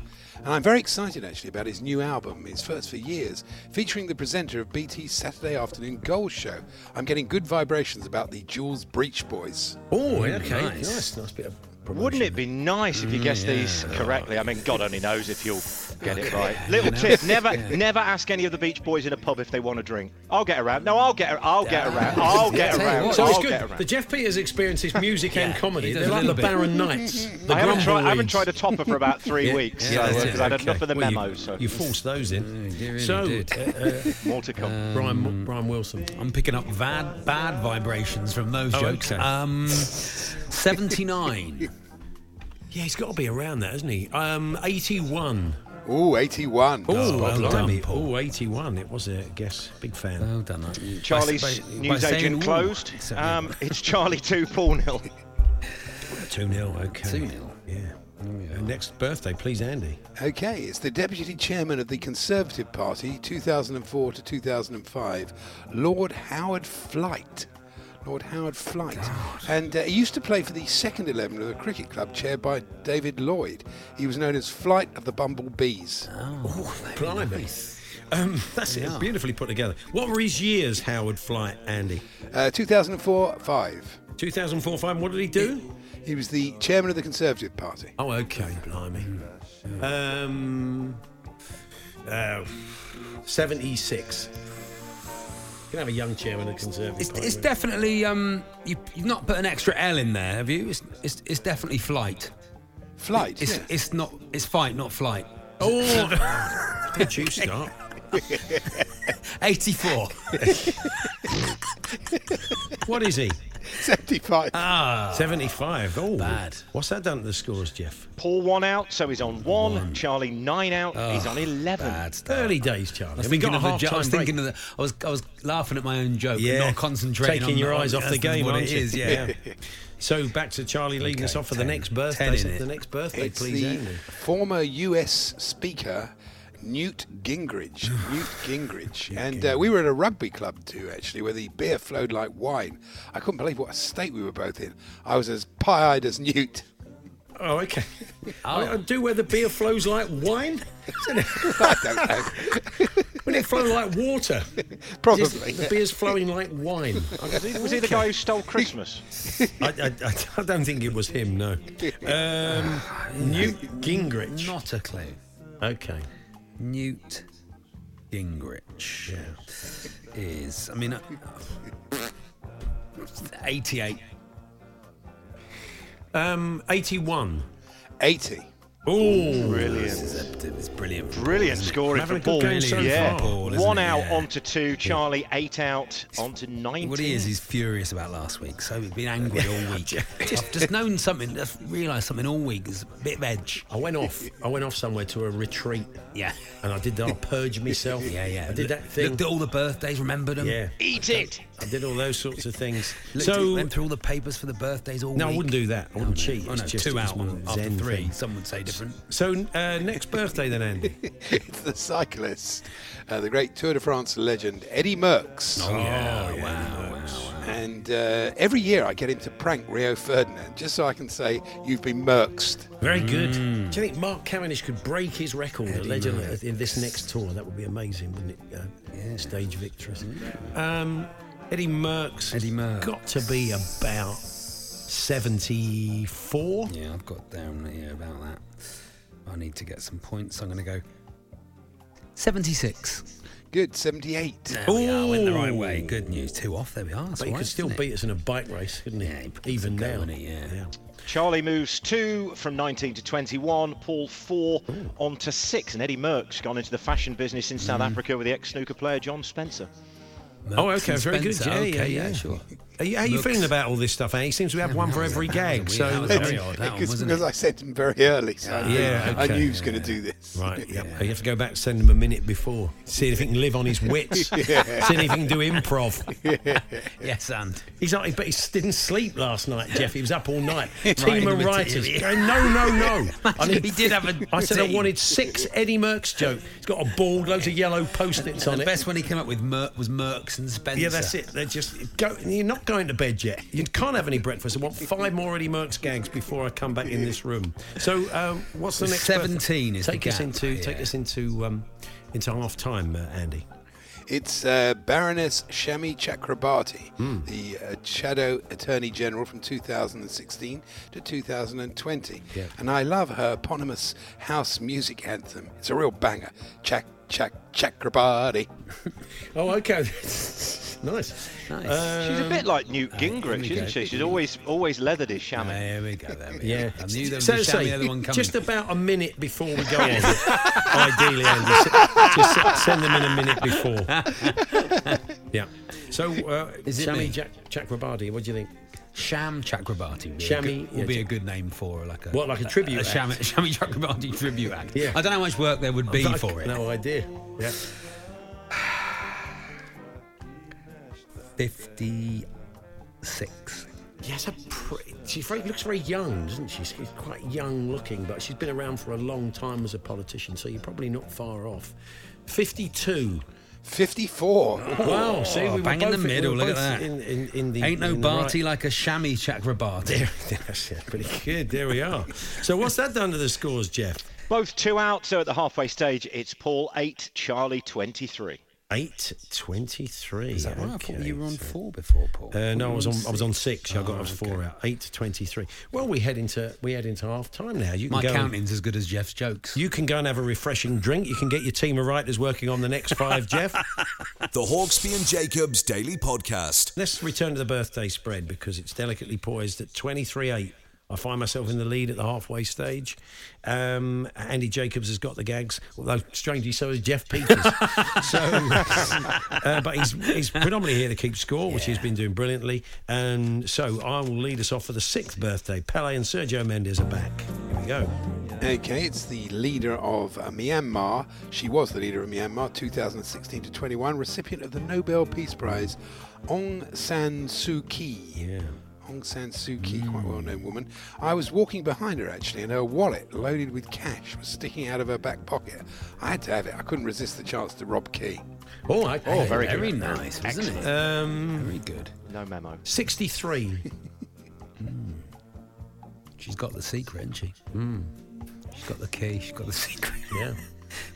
And I'm very excited actually about his new album, his first for years, featuring the presenter of BT's Saturday Afternoon Gold Show. I'm getting good vibrations about the Jules Breach Boys. Oh, okay. nice. Nice. nice. bit of promotion. Hmm. Wouldn't it be nice if you guessed these correctly? I mean, God only knows if you'll get it right. Little tip: never, never ask any of the Beach Boys in a pub if they want a drink. I'll get around. No, I'll get. I'll get around. I'll get Tell you around. what, So it's I'll get good. around. The Jeff Peters experience is music and Yeah, comedy. he does a They're like the little bit. Baron Knights. the I haven't, tried, I haven't Grumbleweeds. tried a topper for about three weeks yeah, that's because it. I'd had enough of the Well, you- memos. so You, forced those in. Mm, you really so, did. uh, more to come. uh, Brian, Brian Wilson. I'm picking up bad, bad vibrations from those Oh, jokes. okay. Um, 79. Yeah, he's got to be around that, hasn't he? Um, 81. Ooh, 81. Oh, well done, blimey. Paul. Oh, 81. It was a guess. Big fan. well done. that- by- by- Charlie's by saying, "Ooh," newsagent closed. except- Um, it's Charlie 2, Paul nil. 2 0. Okay. 2-0. Yeah. Uh, next birthday, please, Andy. Okay, it's the Deputy Chairman of the Conservative Party, 2004 to 2005, Lord Howard Flight. Lord Howard Flight. And uh, he used to play for the second 11 of the cricket club, chaired by David Lloyd. He was known as Flight of the Bumblebees. Oh, blimey. Um, that's it. Beautifully put together. What were his years, Howard Flight, Andy? Uh, 2004 5. 2004 5. What did he do? He was the Chairman of the Conservative Party. Oh, okay. Blimey. Um, uh, 76. can have a young chairman and conservative. It's, party, it's won't you? definitely um, you, you've not put an extra L in there, have you? It's it's, it's definitely flight. Flight. It's it's not it's fight, not flight. Oh, did you start? 84. what is he? 75. Ah. 75. Oh, Bad. What's that done to the scores, Jeff? Paul one out, so he's on one. Charlie nine out, Ah, he's on eleven. Early days, Charlie. I was Have we thinking got of the a jo- I was half-time thinking of the. I was I was laughing at my own joke, Yeah. but not concentrating. Taking on your on- eyes off that's the game, What aren't it you? is, yeah. So back to Charlie leading us off for the next birthday. So The next birthday, It's please, the Andy. former U.S. Speaker Newt Gingrich. Newt Gingrich, and uh, we were at a rugby club too, actually, where the beer flowed like wine. I couldn't believe what a state we were both in. I was as pie-eyed as Newt. Oh, okay. I, I do where the beer flows like wine. I don't know. Will it flow like water? Probably. Just- the beer's flowing like wine. Was he- was he the guy who stole Christmas? I, I, I don't think it was him. No. Um, Newt Gingrich. Not a clue. Okay. Newt Gingrich is. I mean, uh, eighty-eight. Um, eighty-one. Eighty. Oh, Brilliant. This is a, it's brilliant. Brilliant scoring Having for a good Paul. game so yeah. far, Paul, isn't One he? out Yeah. onto two. Charlie eight out onto nineteen. What he is, he's furious about last week. So he's been angry all week. I've just known something, just realised something all week. It's a bit of edge. I went off. I went off somewhere to a retreat. Yeah. And I did that. I purged myself. Yeah, yeah. I did that thing. Looked at all the birthdays, remembered them. Yeah. Eat it. I did all those sorts of things. so, so went through all the papers for the birthdays all no, I week. wouldn't do that. I wouldn't cheat. Oh, It's no, just- two it's out one on- of the after Zen three. things. Some would say different. So uh, next birthday then, Andy. it's the cyclist, uh, the great Tour de France legend Eddie Merckx. Oh, yeah, yeah, wow, wow, And uh, every year I get him to prank Rio Ferdinand just so I can say you've been Merckxed. Very good. Mm. Do you think Mark Cavendish could break his record at Eddie Legend Merckx. in this next tour? That would be amazing, wouldn't it? Uh, Stage victories. Um, Eddie Merckx. Eddie Merckx. Got to be about 74. Yeah, I've got down here about that. I need to get some points. I'm going to go 76. Good, 78. There we are, went the right way. Good news. Two off. There we are. That's But he all could right, still isn't it? beat us in a bike race, couldn't he? Even now. yeah. Charlie moves two from 19 to 21. Paul four on to six, and Eddie Merckx gone into the fashion business in Mm. South Africa with the ex-snooker player John Spencer. Oh, Merckx okay, and very good. Spencer. Yeah, Okay, yeah, yeah, yeah. sure. Are you, how are you Merckx. feeling about all this stuff, eh? He seems to have one for every gag. So Because because I sent him very early, so I, knew- Yeah, I okay, knew he was yeah, going to do this. Right, yep. Oh, you have to go back, send him a minute before, see if he can live on his wits, Yeah. see if he can do improv. Yes, and. He's like, but he didn't sleep last night, Jeff. He was up all night. Writing Team of material. writers. Going, no, no, no. Imagine he did have a I said I routine. wanted six Eddie Merckx jokes. He's got a board, loads of yellow post-its And on the it. best one he came up with Mer- was Merckx and Spencer. Yeah, that's it. They're just go, you're not going to bed yet. You can't have any breakfast. I want five more Eddie Merckx gags before I come back in this room. So, um, what's the next? birthday? 17 is the take us gap, Oh, into take yeah. us into um, into half time, uh, Andy. It's uh, Baroness Shami Chakrabarti, the uh, Shadow Attorney General from 2016 to 2020. Yeah. And I love her eponymous house music anthem. It's a real banger. Chak, chak, Chakrabarti. Oh, okay. nice. Nice. She's Um, a bit like Newt uh, Gingrich, isn't she? She's always always leathered his chamois. There we go. There we go. Yeah, I knew there was So a to shammy say, other one coming. Just about a minute before we go on. Ideally, Andy, s- just s- send them in a minute before. yeah. So, uh, Is it me? Shami Jack, Chakrabarti, what do you think? Sham Chakrabarti would be, Shami, a, good, would yeah, be a Chak- good name for like a What, like a tribute a, act? Shami, Shami Chakrabarti tribute act. Yeah. I don't know how much work there would be I've for it. No idea. Yeah. 56. She has a pretty, she's very, looks very young, doesn't she? She's quite young looking, but she's been around for a long time as a politician, so you're probably not far off. 52. 54. Wow, see, we were Oh, bang in the both- we middle, were look at both that. In, in, in the, Ain't no in the right- Barty like a Shami Chakrabarti. That's yeah, pretty good. There we are. So what's that done to the scores, Jeff? Both two out, so at the halfway stage, it's Paul eight, Charlie twenty-three. Eight twenty-three. Is that right? I thought you were on four before, Paul. Uh, no, I was Were on. you I was on six. Yeah, I got Oh, I was okay. four out. Eight twenty-three. Well, we head into we head into half time now. You can My go and- counting's as good as Jeff's jokes. you can go and have a refreshing drink. You can get your team of writers working on the next five, Jeff. The Hawksby and Jacobs Daily Podcast. Let's return to the birthday spread because it's delicately poised at 23 8. I find myself in the lead at the halfway stage. Um, Andy Jacobs has got the gags, although strangely so has Jeff Peters. so, uh, but he's, he's predominantly here to keep score, which he's been doing brilliantly. And so I will lead us off for the sixth birthday. Pele and Sergio Mendes are back. Here we go. Okay, it's the leader of uh, Myanmar. She was the leader of Myanmar 2016 to 21, recipient of the Nobel Peace Prize, Aung San Suu Kyi. Yeah. Mm. Aung San Suu Kyi, quite well known woman. I was walking behind her actually, and her wallet, loaded with cash, was sticking out of her back pocket. I had to have it. I couldn't resist the chance to rob Key. All right. Oh, very good. very nice, isn't Excellent. it? Um, very good. No memo. 63. Hmm. She's got the secret, hasn't she? Hmm. Mm. She's got the key. She's got the secret. Yeah.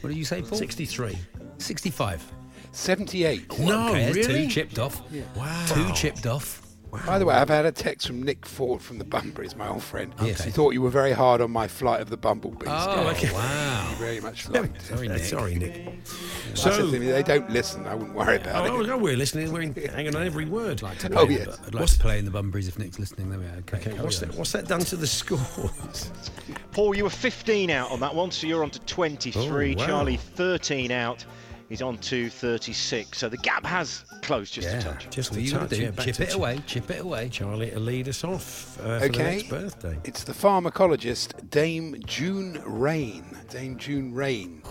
what did you say, Paul? 63. 65. 78. No, Okay, okay, that's really? two Two chipped chipped off. Wow. Two chipped off. By the way, I've had a text from Nick Ford from the Bunburys, my old friend. Yes. He thought you were very hard on my flight of the bumblebees. Oh, okay. wow. He very much liked it. Sorry, Nick. Sorry, Nick. So, I said to him, they don't listen. I wouldn't worry about Oh, it. no, we're listening. We're in, hanging on every word. I'd like to play, Oh, in the- yes. I'd like What's- to play in the Bunburys if Nick's listening. There we are. Okay. Okay, carry what's on. that, what's that done to the scores? Paul, you were 15 out on that one, so you're on to 23. Oh, wow. Charlie, 13 out. He's on to 36. So the gap has closed just a touch. Just What a you gonna touch. do? yeah, back Chip to it Ch- away. Chip it away. Charlie to lead us off uh, for the Okay. next birthday. It's the pharmacologist, Dame June Rain. Dame June Rain.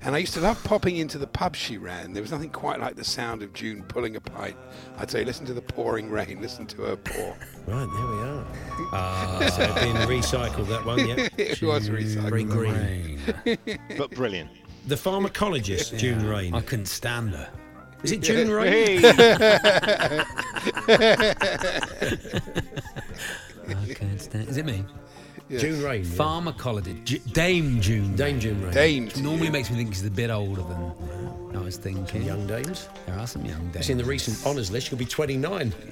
And I used to love popping into the pub she ran. There was nothing quite like the sound of June pulling a pint. I'd say, listen to the pouring rain, listen to her pour. Right, there we are. Ah, so being recycled, that one, yeah. It was recycled. Green, green. Rain. But brilliant. The pharmacologist, June Rain. I couldn't stand her. Is it June Rain? I can't stand. Is it me? June Rain. yeah. Pharmacologist J- Dame June. Dame June Rain. Dame Which normally makes me think she's a bit older than I was thinking. Young Dames. There are some young dames. It's in the recent honours list. She'll be 29.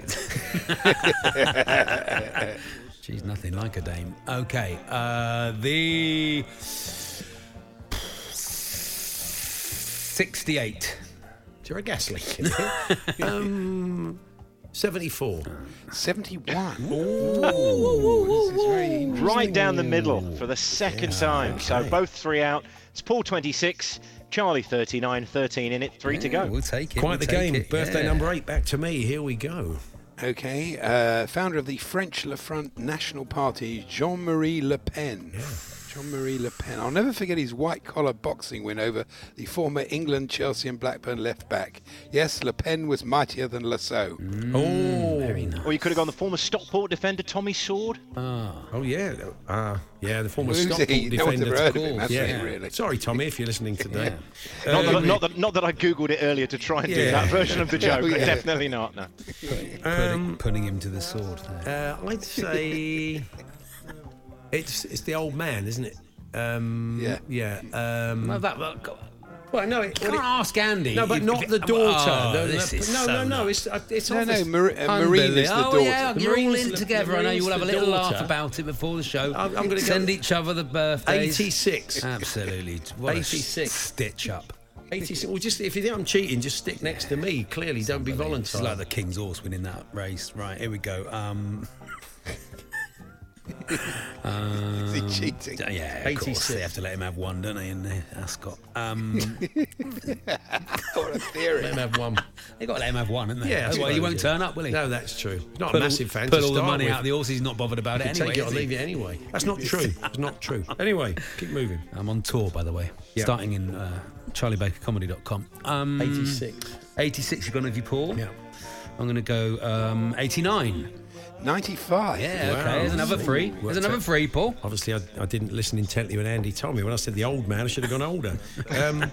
She's nothing like a dame. Okay, uh, the sixty-eight. Is there a gas leak in here? um, 74. 71. Ooh, right down the middle for the second time. So both three out. It's Paul 26, Charlie 39, 13 in it, three to go. We'll take it. Quite the we'll take game. it, Birthday yeah. number eight. Back to me. Here we go. Okay, uh, founder of the French Le Front National Party, Jean Marie Le Pen. Jean Marie Le Pen. I'll never forget his white collar boxing win over the former England, Chelsea, and Blackburn left back. Yes, Le Pen was mightier than Lasso. Oh, Or you could have gone the former Stockport defender Tommy Sword. Ah. Oh yeah, uh, yeah. The former Who's he? Stockport No one's defender. ever heard of him, has yeah. he, really? Sorry, Tommy, if you're listening today. Not that, Um, not, that, not that I googled it earlier to try and do Yeah. Um, that version of the joke. yeah. Definitely not. No. Putting, putting him to the sword. There. uh, I'd say it's it's the old man, isn't it? Um, Yeah. yeah. Um, Well, that, well, go- well, no, it, can't well, it- ask Andy. no, but if- not if- the daughter. uh, Oh, The- the- this is no, so no, no, nice. It's uh, it's No, no, obvious. Mar- uh, Marine is the Unbelievable. daughter. Oh, yeah, The you're all Marine's in the- together. I know Marine's you'll have a the little laugh daughter. about it before the show. I'm- I'm gonna Send go- each other the birthdays. 86. Absolutely. What a 86. Stitch up. 86. Well, just if you think I'm cheating, just stick next to me. Clearly, don't be It's like volatile. the King's horse winning that race. Right, here we go. Um, Is he cheating? Um, yeah, of course 86. they have to let him have one, don't they? In the Ascot, um, What a theory. Let him have one. they got to let him have one, haven't they? Yeah, I Otherwise he suppose, won't yeah. turn up, will he? No, that's true. Not Pull a all- massive fan. Pull to all the start money with. out of the horse. He's not bothered about it anyway. take it or is he? leave it anyway. That's not true. That's not true. Anyway, keep moving. I'm on tour, by the way. Yeah. Starting in uh, charliebakercomedy.com. Um, 86. 86, you've gone with your Paul. Yeah. I'm going to go um, 89. 95. Yeah, Wow. okay. There's another three. Worked There's another out. three, Paul. Obviously, I, I didn't listen intently when Andy told me. When I said the old man, I should have gone older. Um,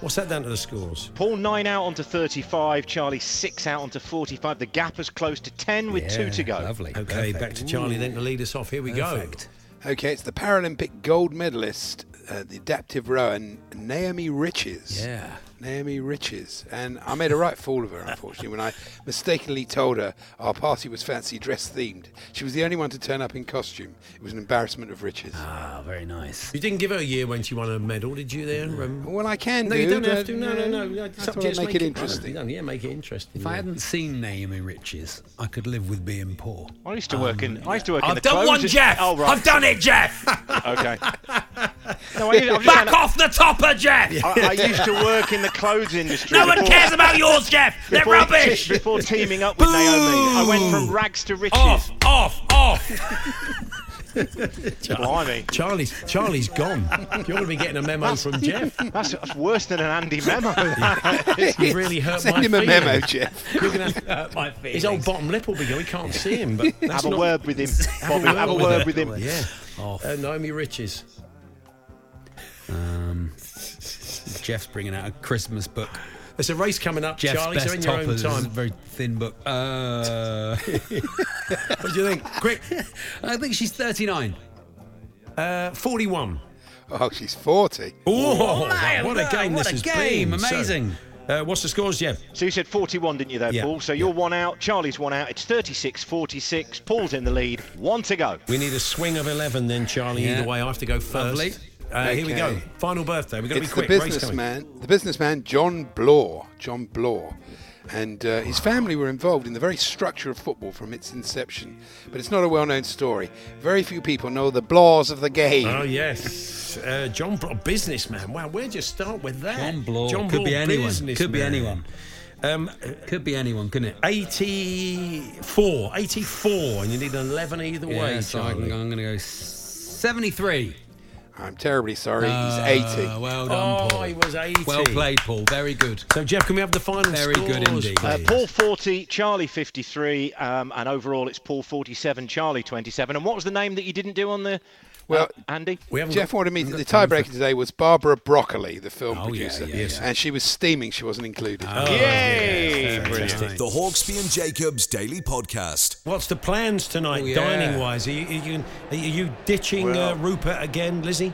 what's that down to the scores? Paul nine out onto 35, Charlie six out onto 45. The gap is close to 10 with two to go. Lovely. Okay, Perfect. back to Charlie then to lead us off. Here we Perfect. Okay, it's the Paralympic gold medalist, uh, the adaptive rower, Naomi Riches. Yeah. Naomi Riches, and I made a right fool of her, unfortunately, when I mistakenly told her our party was fancy dress themed. She was the only one to turn up in costume. It was an embarrassment of riches. Ah, very nice. You didn't give her a year when she won a medal, did you? There. Um, Well, I can no, do. you don't but- have to. No, no, no. no. Just Just wanna just make it interesting. No, yeah, make it interesting. If I hadn't seen Naomi Riches, I could live with being poor. I used to work in. I used to work in I've the done clothes one, in- Jeff. Oh, right. I've done it, Jeff. okay. No, I used- I Back was just trying to- off the topper, Jeff. I, I used to work in the clothes industry. No one before- cares about yours, Jeff. They're before te- rubbish. before teaming up with Naomi, I went from Boo. rags to riches. Off, off, off. Blimey. Charlie's Charlie's gone. You're going to be getting a memo That's- from Jeff. That's, that's worse than an Andy memo. You've really hurt Send my him a feelings. memo, Jeff. You're going to hurt my feelings. His old bottom lip will be gone. We can't see him. But that's Have a not- word with him, Bobby. Have a word with him. Yeah. Uh, Naomi Riches. Um, Jeff's bringing out a Christmas book. There's a race coming up, Jeff's Charlie. best So in your own toppers. This is a time. very thin book. Uh, What do you think? Quick. I think she's 39. Uh, 41. Oh, she's 40. Oh, Oh, man, what a wow, game what this a has game. been. So, Amazing. uh, what's the scores, Jeff? So you said 41, didn't you, there, Yeah. Paul? So you're one out. Charlie's one out. It's 36 46. Paul's in the lead. One to go. We need a swing of 11 then, Charlie. Yeah. Either way, I have to go first. Lovely. Uh, Here we go. Okay. Final birthday. We've got to be It's the quick. Race coming. businessman, the businessman John Blore, John Blore, and uh, his family were involved in the very structure of football from its inception. But it's not a well-known story. Very few people know the Blores of the game. Oh, yes. Uh, John Bloor, businessman. Wow, where'd you start with that? John Bloor. Could be anyone. Could be businessman. anyone. Um, Could be anyone, couldn't it? 84. 84. And you need an 11 either way, Yeah, so I can Charlie. go- I'm going to go 73. I'm terribly sorry. Uh, He's 80. Well done, Oh, Paul. he was 80. Well played, Paul. Very good. So, Jeff, can we have the final Very scores, good indeed. please? Uh, Paul 40, Charlie 53, um, and overall it's Paul 47, Charlie 27. And what was the name that you didn't do on the. Well, uh, Andy? We haven't Jeff got- wanted me. haven't The got time for- tiebreaker today was Barbara Broccoli, the film Oh, yeah, producer, yeah, yeah. and she was steaming. She wasn't included. Oh, Yay! Fantastic. The Hawksby and Jacobs Daily Podcast. What's the plans tonight, Oh, yeah. dining wise? Are you, are you, are you ditching uh, Well- Rupert again, Lizzie?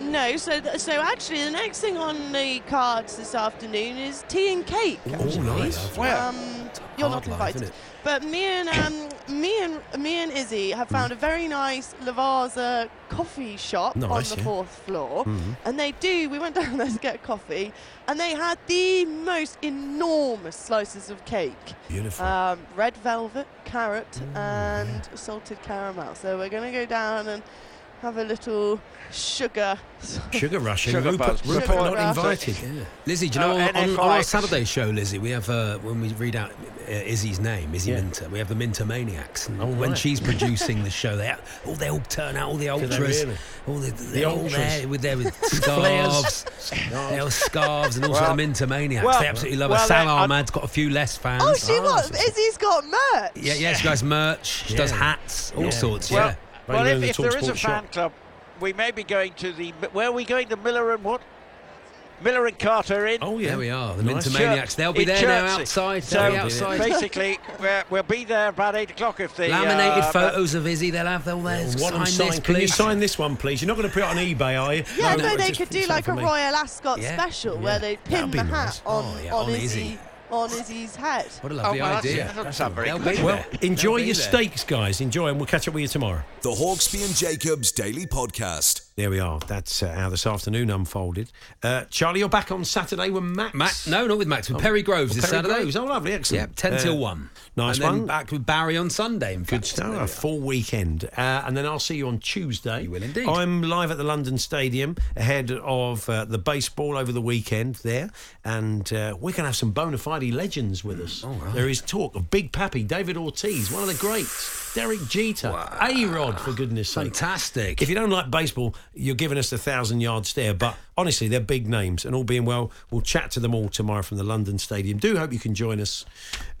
No, so th- so actually, the next thing on the cards this afternoon is tea and cake. actually. nice. Um, you're hard life, not invited, isn't it? but me and um, me and me and Izzy have found a very nice Lavazza coffee shop on Nice, the yeah. Mm-hmm. fourth floor, and they do. We went down there to get coffee, and they had the most enormous slices of cake. Beautiful. Um, red velvet, carrot, and salted caramel. So we're going to go down and have a little sugar. Sugar rush and Sugar Rupert, buzz. Rupert Sugar not rush. invited. Lizzie, do you know Oh, on, on our NFX. Saturday show, Lizzie, we have uh, when we read out uh, Izzy's name, Izzy Minter, we have the Minter Maniacs, and Oh, when right. she's producing the show, they all they all turn out, all the they ultras, really? all the, they're all ultras. there with their with scarves, they all scarves, and also Well- the Minter Maniacs. well- they absolutely love well, her. they- Sal I- Ahmad's got a few less fans. Oh, she what? Izzy's got merch. yeah, yeah, she does merch, she does hats, all Yeah. sorts. Well, yeah, Right well in if, the if there is a Talksport shop. fan club, we may be going to the. Where are we going? The Miller and what? Miller and Carter Inn. Oh, yeah. there we are, the Nice. Minter Church- Maniacs. They'll be in there now Chertsey. outside. So They'll be outside. basically, we're, we'll be there about eight o'clock if the Laminated uh, photos of Izzy. They'll have all their One sign of them this, signed. Can you please. sign this one, please? You're not going to put it on eBay, are you? Yeah, No, no, no, they just could do sign like for a me. Royal Ascot Yeah, special yeah. where they That'd pin be the hat nice. on, Oh, yeah, on, on Izzy. Izzy. on Izzy's head. What a lovely Oh, well, that's- idea. that doesn't sound very They'll clever. be Well, there. enjoy They'll be your there. steaks, guys. Enjoy, and we'll catch up with you tomorrow. The Hawksby and Jacobs Daily Podcast. There we are. That's uh, how this afternoon unfolded. Uh, Charlie, you're back on Saturday with Max. Matt, no, not with Max. With Perry Groves Well, this Perry Saturday. Groves. Oh, lovely, excellent. Yep, ten Uh, till one. nice and then one. Back with Barry on Sunday. In Good fact. stuff. A full weekend. Uh, and then I'll see you on Tuesday. You will indeed. I'm live at the London Stadium ahead of uh, the baseball over the weekend there. And uh, we're going to have some bona fide legends with Mm, us. There is talk of Big Pappy, David Ortiz, one of the greats, Derek Jeter, A Rod, for goodness sake. Fantastic. If you don't like baseball, you're giving us the thousand yard stare. But honestly, they're big names, and all being well, we'll chat to them all tomorrow from the London Stadium. Do hope you can join us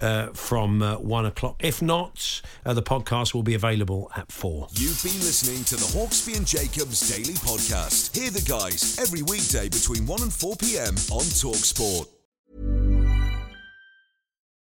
uh, from uh, one o'clock. If not, uh, the podcast will be available at four. You've been listening to the Hawksby and Jacobs Daily Podcast. Hear the guys every weekday between 1 and 4 p.m. on Talksport.